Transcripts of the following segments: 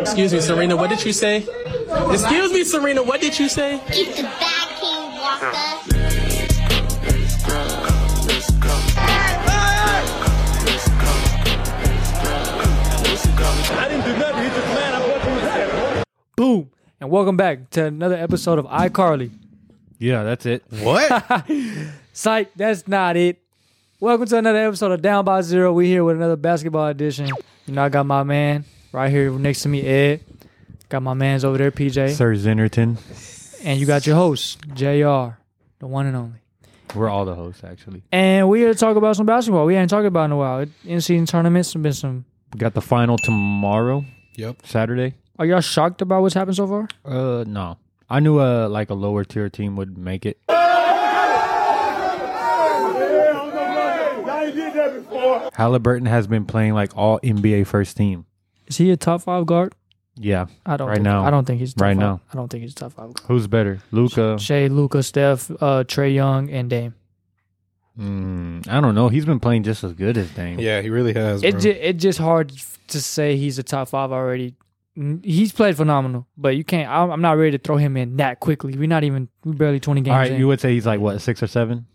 Excuse me, Serena, what did you say? Excuse me, Serena, what did you say? If the bad king walked us, I didn't do nothing. He just mad at what you said. Boom. And welcome back to another episode of iCarly. Yeah, that's it. What? Psych, that's not it. Welcome to another episode of Down by Zero. We here with another basketball edition. You know, I got my man right here next to me, Ed. Got my man's over there, PJ. Sir Zinnerton. And you got your host, JR, the one and only. We're all the hosts, actually. And we here to talk about some basketball. We ain't talking about in a while. In season tournaments have been some. We got the final tomorrow, yep. Saturday. Are y'all shocked about what's happened so far? Uh, no. I knew uh like a lower tier team would make it. I ain't did that before. Halliburton has been playing like all NBA first team. Is he a top five guard? Yeah, I don't Right think, now. I don't think he's top Right five. now. I don't think he's top five. guard. who's better, Luca? Shea, Luca, Steph, uh, Trey Young, and Dame. Mm, I don't know. He's been playing just as good as Dame. Yeah, he really has. Bro. It ju- it just hard f- to say he's a top five already. N- He's played phenomenal, but you can't. I'm, I'm not ready to throw him in that quickly. We're not even we're barely 20 games All right, in. you would say he's like what six or seven?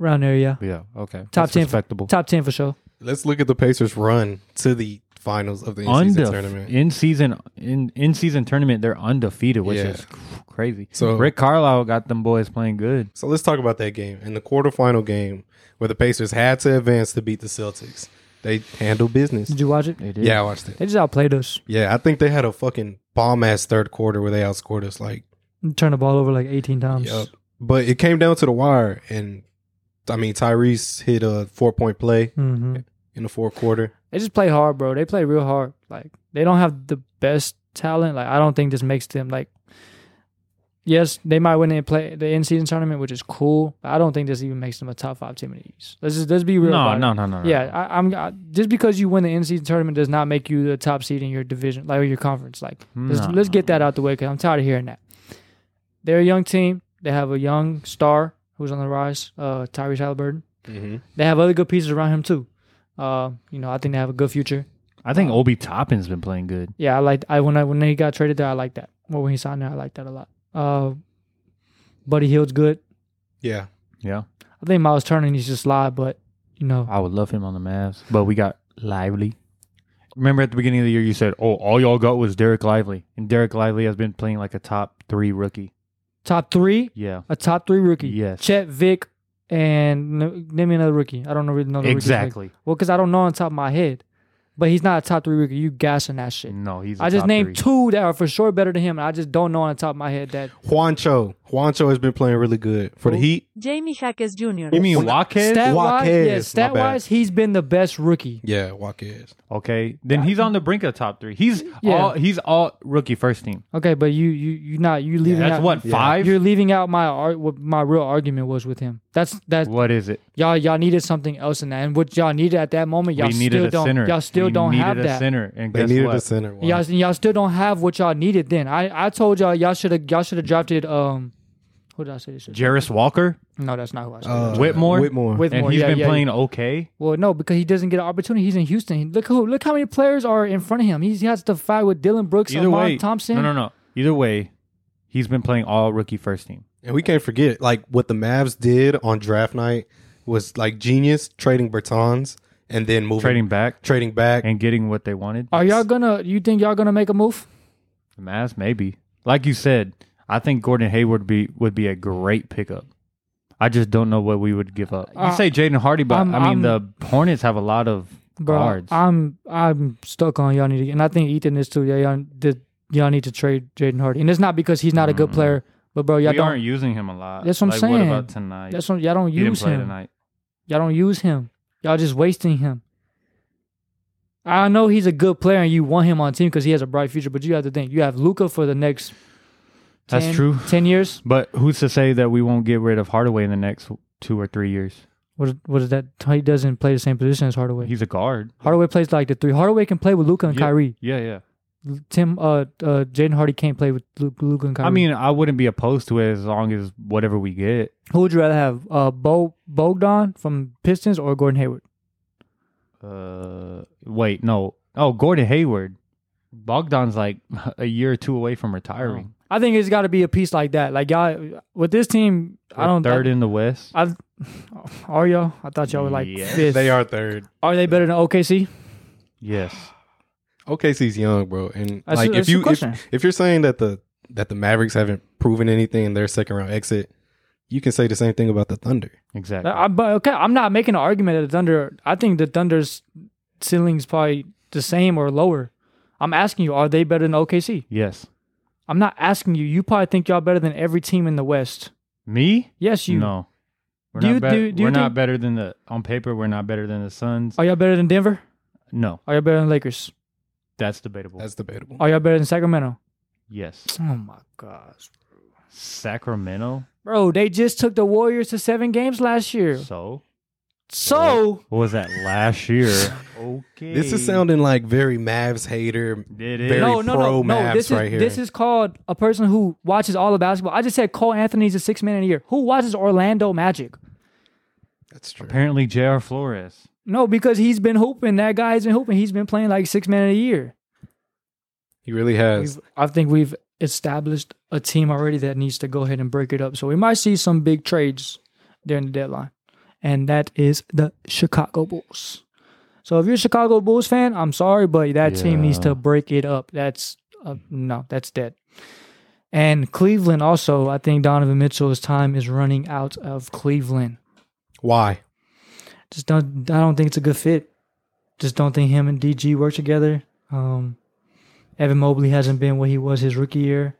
around there, yeah. Yeah. Okay. Top Top 10. respectable. Top 10 for sure. Let's look at the Pacers' run to the finals of the in-season Undef- tournament. in season in in season tournament, they're undefeated, which Yeah. is crazy. So- Rick Carlisle got them boys playing good. so let's talk about that game in the quarterfinal game where the Pacers had to advance to beat the Celtics. They handled business. Did you watch it? They did. Yeah, I watched it. They just outplayed us. Yeah, I think they had a fucking bomb ass third quarter where they outscored us like Turned the ball over like 18 times. Yup. But it came down to the wire, and I mean Tyrese hit a four point play hmm in the fourth quarter. They just play hard, bro. They play real hard. Like they don't have the best talent. Like I don't think this makes them like. Yes, they might win and play the in season tournament, which is cool. But I don't think this even makes them a top five team in the East. Let's just let's be real. No, about it. no, no, no, no. Yeah, I, I'm I, just because you win the in season tournament does not make you the top seed in your division, like or your conference. Like, let's, No. let's get that out the way because I'm tired of hearing that. They're a young team. They have a young star who's on the rise, uh, Tyrese Halliburton. Mm-hmm. They have other good pieces around him too. Uh, you know, I think they have a good future. I think uh, Obi Toppin's been playing good. Yeah, I like I when I when he got traded there, I like that. Well, when he signed there, I like that a lot. Uh, Buddy Hield's good. Yeah, Yeah. I think Miles Turner needs to slide, but you know, I would love him on the Mavs, but we got Lively. Remember at the beginning of the year, you said, "Oh, all y'all got was Derek Lively," and Derek Lively has been playing like a top three rookie. top three, Yeah, a top three rookie. Yes. Chet Vick and n- name me another rookie. I don't know really know the rookies. exactly. Well, because I don't know on top of my head, but he's not a top three rookie. You gassing that shit. No, Mm, he's. I I just named two that are for sure better than him, and I just don't know on top of my head that Juancho. Juancho has been playing really good for the Heat. Jamie Jaques Jr. You mean Lockhead? stat wise, Joaquez, yeah, my stat bad. wise, he's been the best rookie. Yeah, Joaquez. okay, then he's on the brink of top three. He's Yeah. all he's all rookie first team. Okay, but you you you not you leaving That's out, what five. You're leaving out my ar- what my real argument was with him. That's that What is it? y'all y'all needed something else in that, and what y'all needed at that moment, y'all we needed still a don't center. y'all still we don't needed have a that. center, and They guess needed what? a center. Wow. Y'all y'all still don't have what y'all needed then. I I told y'all y'all should have y'all should have drafted um, who did I say this? shit? Jarris Walker, no, that's not who I said. Uh, Whitmore? Whitmore. With and more, he's yeah, been yeah, playing okay. Well, no, because he doesn't get an opportunity. He's in Houston. He- Look who, look how many players are in front of him. He's, he has to fight with Dylan Brooks, Either Amon way, Thompson. No, no, no. Either way, he's been playing all rookie first team. and we can't forget like what the Mavs did on draft night was like genius trading Bertans and then moving Trading back trading back. and getting what they wanted. Are y'all gonna? You think y'all gonna make a move? The Mavs, maybe. Like you said, I think Gordon Hayward be would be a great pickup. I just don't know what we would give up. You Uh, say Jaden Hardy, but I'm- i mean I'm- the Hornets have a lot of Bro, guards. I'm I'm stuck on y'all need to, and I think Ethan is too. Yeah, y'all, did, y'all need to trade Jaden Hardy, and it's not because he's not a good player, but bro, y'all Mm-hmm. we don't. aren't using him a lot. That's what I'm like, saying. What about tonight? That's what, y'all don't he didn't use play him. tonight. Y'all don't use him. Y'all just wasting him. I know he's a good player, and you want him on team because he has a bright future. But you have to think you have Luca for the next. 10, That's true. Ten years. But who's to say that we won't get rid of Hardaway in the next two or three years? What is, what is that? He doesn't play the same position as Hardaway. He's a guard. Hardaway plays like the three. Hardaway can play with Luca and Yeah. Kyrie. Yeah, yeah. Tim, uh, uh, Jaden Hardy can't play with Luca and Kyrie. I mean, I wouldn't be opposed to it as long as whatever we get. who would you rather have, uh, Bo Bogdan from Pistons or Gordon Hayward? Uh, wait, no. Oh, Gordon Hayward. Bogdan's like a year or two away from retiring. I think it's got to be a piece like that. Like y'all with this team, I They're don't. third in the West. I, are y'all? I thought y'all were like Yes. fifth. They are third. Are they better than OKC? yes. OKC's young, bro, and That's- like that's if the you question. if, if you're saying that the that the Mavericks haven't proven anything in their second round exit, you can say the same thing about the Thunder. Exactly. I, Uh, but okay, I'm not making an argument that the Thunder. I think the Thunder's ceiling's probably the same or lower. I'm asking you, are they better than OKC? yes. I'm not asking you. You probably think y'all better than every team in the West. Me? Yes, you. No. We're Do not, you- bet- do- do you we're not think- better than the on paper. We're not better than the Suns. Are y'all better than Denver? no, Are y'all better than Lakers? that's debatable. That's debatable. Are y'all better than Sacramento? yes, Oh my gosh, Sacramento. bro! They just took the Warriors to seven games last year. So So what was that last year? okay, This is sounding like very Mavs hater. It is. very no, no, no, pro no. Mavs This is right here. this is called a person who watches all of basketball. I just said Cole Anthony's a six man in a year. Who watches Orlando Magic? That's true. Apparently, J.R. Flores. No, because he's been hooping. That guy's been hooping. He's been playing like six man in a year. He really has. We've, I think we've established a team already that needs to go ahead and break it up. So we might see some big trades during the deadline, and that is the Chicago Bulls. So if you're a Chicago Bulls fan, I'm sorry, but that team needs to break it up. That's uh, no, that's dead. And Cleveland also, I think Donovan Mitchell's time is running out of Cleveland. Why? Just don't. I don't think it's a good fit. Just don't think him and DG work together. Um, Evan Mobley hasn't been what he was his rookie year,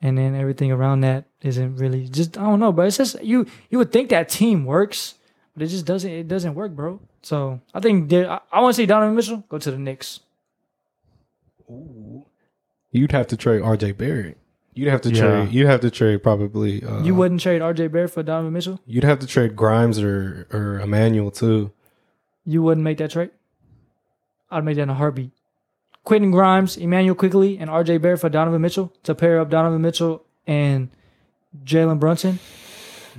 and then everything around that isn't really. Just I don't know, but it's just you. You would think that team works, but it just doesn't. It doesn't work, bro. So I think there- I, I want to see Donovan Mitchell go to the Knicks. You'd have to trade RJ Barrett. You'd have to Yeah. trade. You'd have to trade probably. Uh, You wouldn't trade RJ Barrett for Donovan Mitchell. You'd have to trade Grimes or or Emmanuel too. You wouldn't make that trade. I'd make that in a heartbeat. Quentin Grimes, Emmanuel Quickly, and RJ Barrett for Donovan Mitchell to pair up Donovan Mitchell and Jalen Brunson.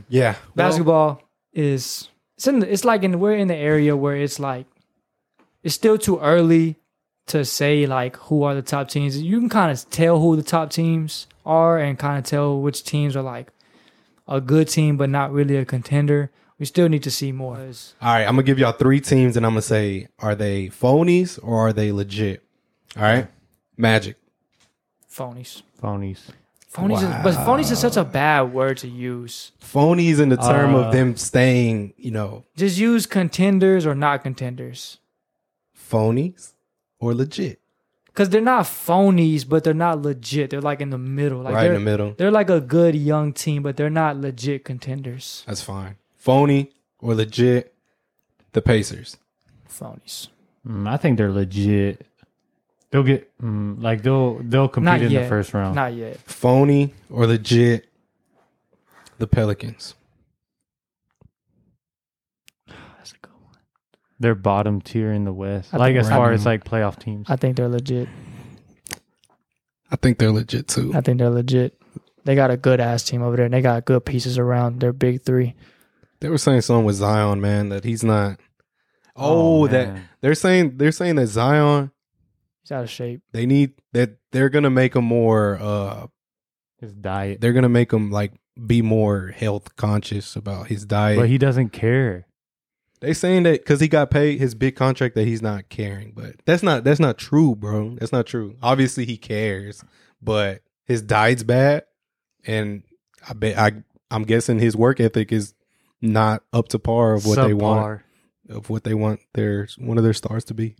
Yeah, Basketball is it's in the, it's like in we're in the area where it's like it's still too early to say like who are the top teams. You can kind of tell who the top teams are and kind of tell which teams are like a good team but not really a contender. We still need to see more. All right, I'm gonna give y'all three teams, and I'm gonna say, are they phonies or are they legit? All right, Magic. Phonies. Phonies. Phonies, is, but phonies is such a bad word to use. Phonies in the term Uh, of them staying, you know, Just use contenders or not contenders, phonies or legit, because they're not phonies, but they're not legit. They're like in the middle, like right they're, in the middle. They're like a good young team, but they're not legit contenders. That's fine. Phony or legit, the Pacers. Phonies, Mm, I think they're legit. They'll get mm, like they'll they'll compete not in yet. the first round. not yet. Phony or legit, the Pelicans. That's a good one. they're bottom tier in the West. I like think as we're- far as like playoff teams. I think they're legit. I think they're legit too. I think they're legit. They got a good ass team over there, and they got good pieces around their big three. They were saying something with Zion, man, that he's not. Oh, Oh, that man. they're saying they're saying that Zion. He's out of shape. They need that they're gonna make him more uh His diet. they're gonna make him like be more health conscious about his diet. But he doesn't care. they saying that because he got paid his big contract that he's not caring, but that's not that's not true, bro. That's not true. Obviously he cares, but his diet's bad, and I bet I I'm guessing his work ethic is not up to par of what they want Subpar. of what they want their one of their stars to be.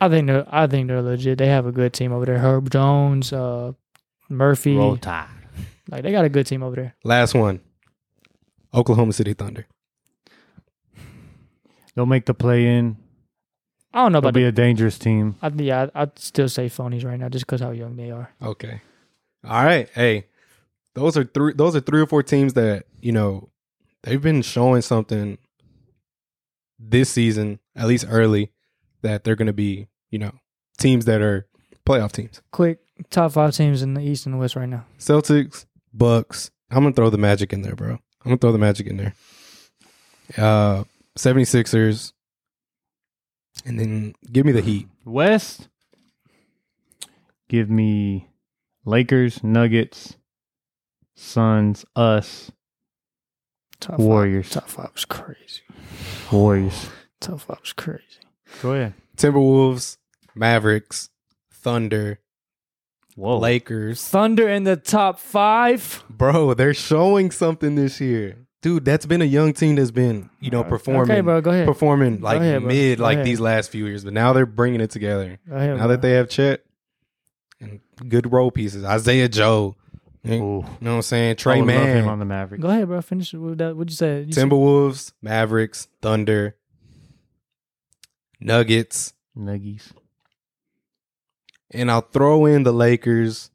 I think they're. I think they're legit. They have a good team over there. Herb Jones, uh, Murphy. Roll Tide. Like they got a good team over there. Last one, Oklahoma City Thunder. They'll make the play in. I don't know They'll about be the, a dangerous team. I, yeah, I- I'd still say phonies right now just because how young they are. Okay. All right. Hey, those are three. Those are three or four teams that you know they've been showing something this season, at least early, that they're going to be you know teams that are playoff teams. Quick top five teams in the East and the West right now. Celtics, Bucks. I'm gonna throw the Magic in there, bro. I'm gonna throw the Magic in there. Uh, 76ers. And then give me the Heat. West. Give me Lakers, Nuggets, Suns, us, Top Warriors. Five, top five was crazy. Warriors. Top five was crazy. Go ahead. Timberwolves, Mavericks, Thunder, Oh. Whoa. Lakers. Thunder in the top five. Bro, they're showing something this year. Dude, that's been a young team that's been, you know, performing Okay, bro, go ahead. performing like ahead, bro. mid Go like ahead. these last few years, but now they're bringing it together. Go ahead, now that bro. they have Chet and good role pieces, Isaiah Joe, you Ooh. know what I'm saying? I Trey would love him on Mann, the Mavericks. Go ahead, bro. Finish with that. What'd you say? You said- Timberwolves, Mavericks, Thunder, Nuggets, Nuggies. and I'll throw in the Lakers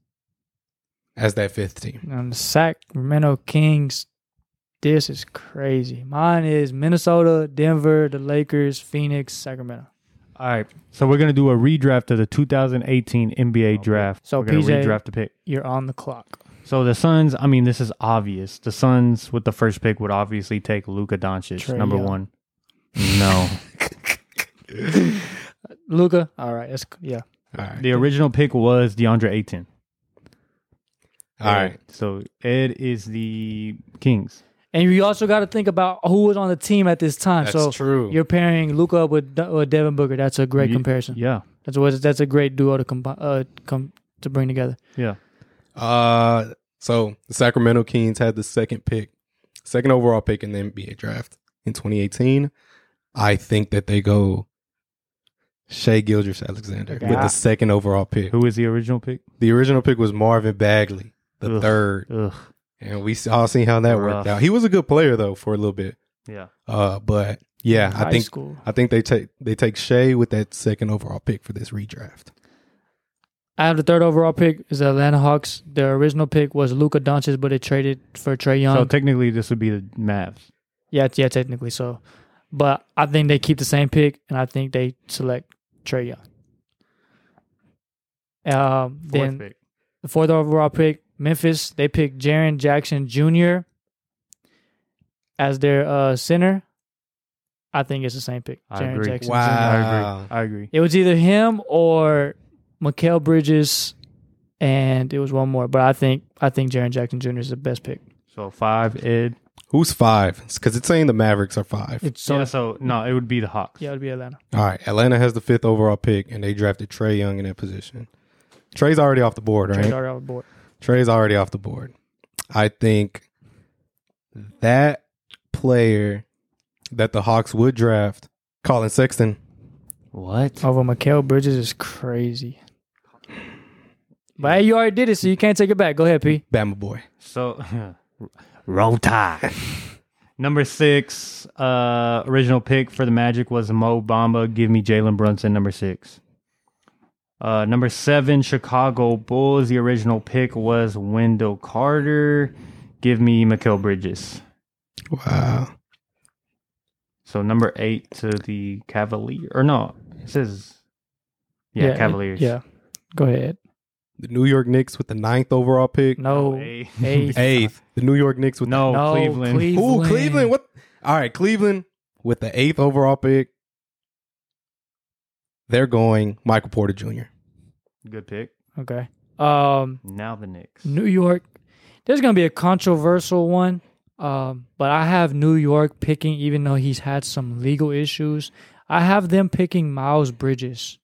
as that fifth team. Um, the Sacramento Kings. This is crazy. Mine is Minnesota, Denver, the Lakers, Phoenix, Sacramento. All right. So we're gonna do a redraft of the 2018 NBA draft. So we're gonna PJ redraft the pick. You're on the clock. So the Suns, I mean, this is obvious. The Suns with the first pick would obviously take Luka Doncic, Trae number Young. one. No. Luca. All right. That's yeah. All right. the original pick was DeAndre Ayton. All right. So Ed is the Kings. And you also got to think about who was on the team at this time. That's so true. You're pairing Luca up with De- with Devin Booker. That's a great You- comparison. Yeah. That's what that's a great duo to combine uh, com- to bring together. Yeah. Uh, so the Sacramento Kings had the second pick, second overall pick in the NBA draft in 2018. I think that they go Shea Gilders Alexander Okay. with the second overall pick. Who is the original pick? The original pick was Marvin Bagley, the Ugh. third, Ugh. and we all seen how that Rough. worked out. He was a good player though for a little bit. Yeah. Uh, but yeah, High I think school. I think they take they take Shea with that second overall pick for this redraft. I have the third overall pick is the Atlanta Hawks. Their original pick was Luca Doncic, but they traded for Trey Young. So technically, this would be the Mavs. yeah, yeah, technically so. But I think they keep the same pick, and I think they select Trey Young. Um, Fourth then pick. the fourth overall pick, Memphis. They picked Jaron Jackson Jr. as their uh, center. I think it's the same pick. I Jaren agree. Jackson Jr. I Ah. Wow. agree. I agree. It was either him or Mikael Bridges, and it was one more. But I think I think Jaron Jackson Jr. is the best pick. So five, Ed. Who's five? Because it's saying the Mavericks are five. It's So, so yeah, yeah, so no, it would be the Hawks. it'd be Atlanta. All right, Atlanta has the fifth overall pick, and they drafted Trey Young in that position. Trey's already off the board, right? Trey's already off the board. Trey's already off the board. I think that player that the Hawks would draft, Colin Sexton. What? Over Mikael Bridges is crazy. But hey, you already did it, so you can't take it back. Go ahead, P. Bama boy. So roll tide. Number six, uh, original pick for the Magic was Mo Bamba. Give me Jalen Brunson. Number six. Uh, number seven, Chicago Bulls. The original pick was Wendell Carter. Give me Mikael Bridges. Wow. So number eight to the Cavalier or no, it says yeah, it- Cavaliers. Yeah. Go ahead. The New York Knicks with the ninth overall pick. No. eight. eighth. Eighth. The New York Knicks with Oh, No, Oh, No, Cleveland. the Ooh, Cleveland. What? All right, Cleveland with the eighth overall pick. They're going Michael Porter Jr. Good pick. Okay. Um, Now the Knicks. New York. There's gonna be a controversial one, um, but I have New York picking, even though he's had some legal issues. I have them picking Miles Bridges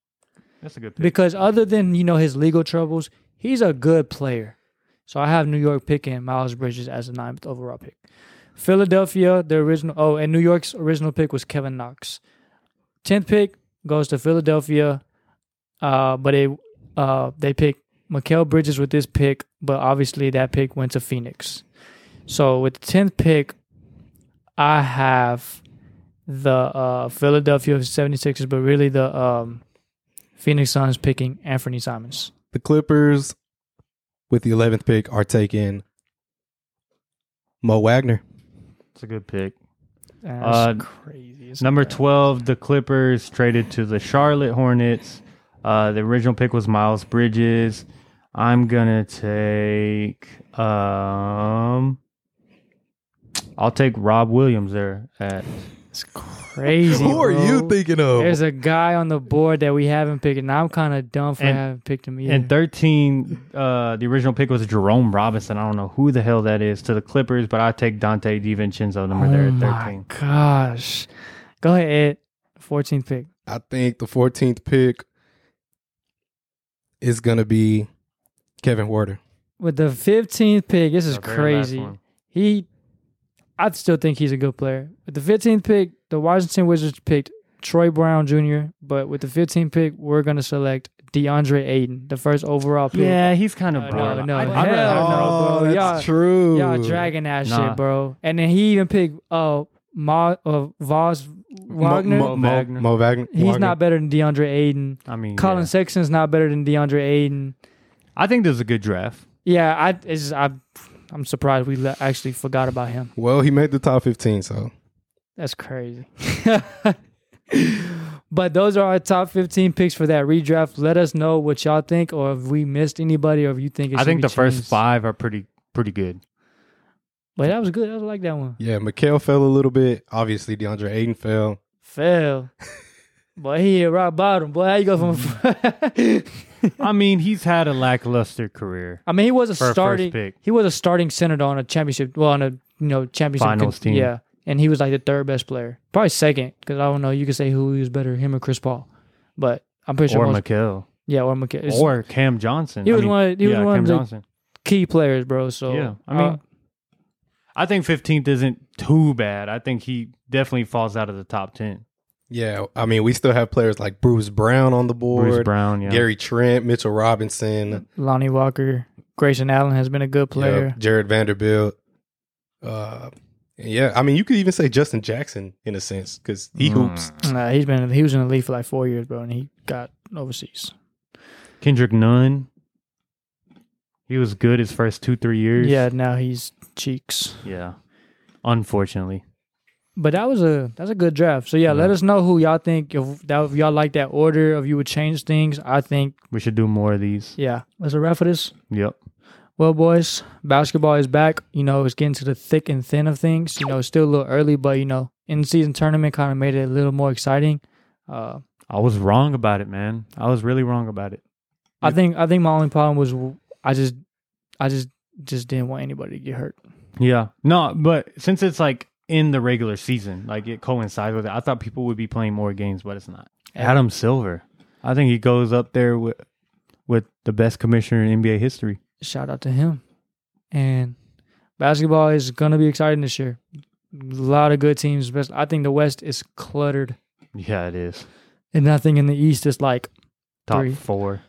That's a good pick. because other than you know his legal troubles, he's a good player. So I have New York picking Miles Bridges as the ninth overall pick. Philadelphia, the original oh, and New York's original pick was Kevin Knox. Tenth pick goes to Philadelphia, uh, but it uh, they pick Mikael Bridges with this pick, but obviously that pick went to Phoenix. So with the tenth pick, I have the uh, Philadelphia 76ers, but really the um, Phoenix Suns picking Anthony Simons. The Clippers with the 11th pick are taking Mo Wagner. That's a good pick. That's Uh, crazy. It's Number bad. 12, the Clippers traded to the Charlotte Hornets. Uh, the original pick was Miles Bridges. I'm going to take um I'll take Rob Williams there at That's crazy. Who are you bro. thinking of? There's a guy on the board that we haven't picked, and I'm kind of dumb for And- having picked him either. And 13, uh, the original pick was Jerome Robinson. I don't know who the hell that is to the Clippers, but I take Dante DiVincenzo number there oh at my 13. gosh! Go ahead, Ed. 14th pick. I think the 14th pick is going to be Kevin Warder. With the 15th pick, this is Our very last crazy. one. He, I still think he's a good player. With the 15th pick, the Washington Wizards picked Troy Brown Jr., but with the 15th pick, we're going to select DeAndre Ayton, the first overall pick. Yeah, he's kind of Uh, broad. no, no, I- hell rather- no. bro. Oh, that's Y'all- true. Y'all dragging that Nah. shit, bro. And then he even picked uh, Ma, uh, Voss Wagner. Mo, Mo, Mo, Wagner. Mo Wagner. he's Wagner. not better than DeAndre Ayton. I mean, Colin yeah. Sexton's not better than DeAndre Ayton. I think this is a good draft. Yeah, I, it's just, I, I'm surprised we le- actually forgot about him. Well, he made the top 15, so That's crazy. but those are our top 15 picks for that redraft. Let us know what y'all think, or if we missed anybody, or if you think it I should think be the first changed. five are pretty pretty good. But that was good. I like that one. yeah, Mikhail fell a little bit. Obviously, DeAndre Aiden fell. Fail. boy, he hit rock bottom. Boy, how you go from. I mean, he's had a lackluster career. I mean, he was a For a first starting. pick. He was a starting center on a championship. Well, on a you know championship Finals team. Yeah, and he was like the third best player, probably second. Because I don't know. You could say who he was better, him or Chris Paul. But I'm pretty sure Or most- Mikel. yeah, or McKay. It's- Or Cam Johnson. He I was mean, one- he was yeah, one Cam of the- Johnson. key players, bro. So Yeah, I mean, uh, I think 15th isn't too bad. I think he definitely falls out of the top 10. Yeah, I mean, we still have players like Bruce Brown on the board, Bruce Brown, yeah. Gary Trent, Mitchell Robinson, Lonnie Walker, Grayson Allen has been a good yeah, player. Jared Vanderbilt. Uh, yeah, I mean, you could even say Justin Jackson in a sense because he hoops. Nah, he's been he was in the league for like four years, bro, and he got overseas. Kendrick Nunn. He was good his first two, three years. Yeah, now he's cheeks. Yeah. Unfortunately. But that was a that's a good draft. So yeah, let us know who y'all think if that if y'all like that order, if you would change things. I think We should do more of these. yeah, that's a wrap for this. Yep. Well, boys, basketball is back. You know, it's getting to the thick and thin of things. You know, it's still a little early, but you know, in season tournament kind of made it a little more exciting. Uh, I was wrong about it, man. I was really wrong about it. I think I think my only problem was w- I just I just just didn't want anybody to get hurt. Yeah. No, but since it's like in the regular season, like it coincides with it, I thought people would be playing more games, but it's not. Adam Silver. I think he goes up there with with the best commissioner in NBA history. Shout out to him. And basketball is gonna be exciting this year. A lot of good teams. Best I think the West is cluttered, Yeah, it is. and I think in the East it's like Top Three. four.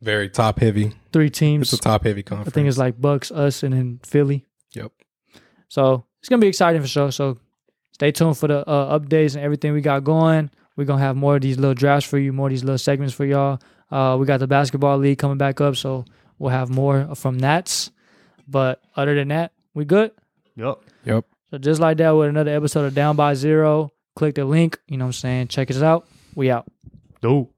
Very top heavy. three It's teams. a top heavy I conference. think it's like Bucks, us, and then Philly. Yep. So it's gonna be exciting for sure. So stay tuned for the uh, updates and everything we got going. We're gonna have more of these little drafts for you, more of these little segments for y'all. Uh, we got the basketball league coming back up, so we'll have more from that. But other than that, we good. Yep. Yep. So just like that, with another episode of Down by Zero, click the link. You know what I'm saying? Check us out. We out. Dope.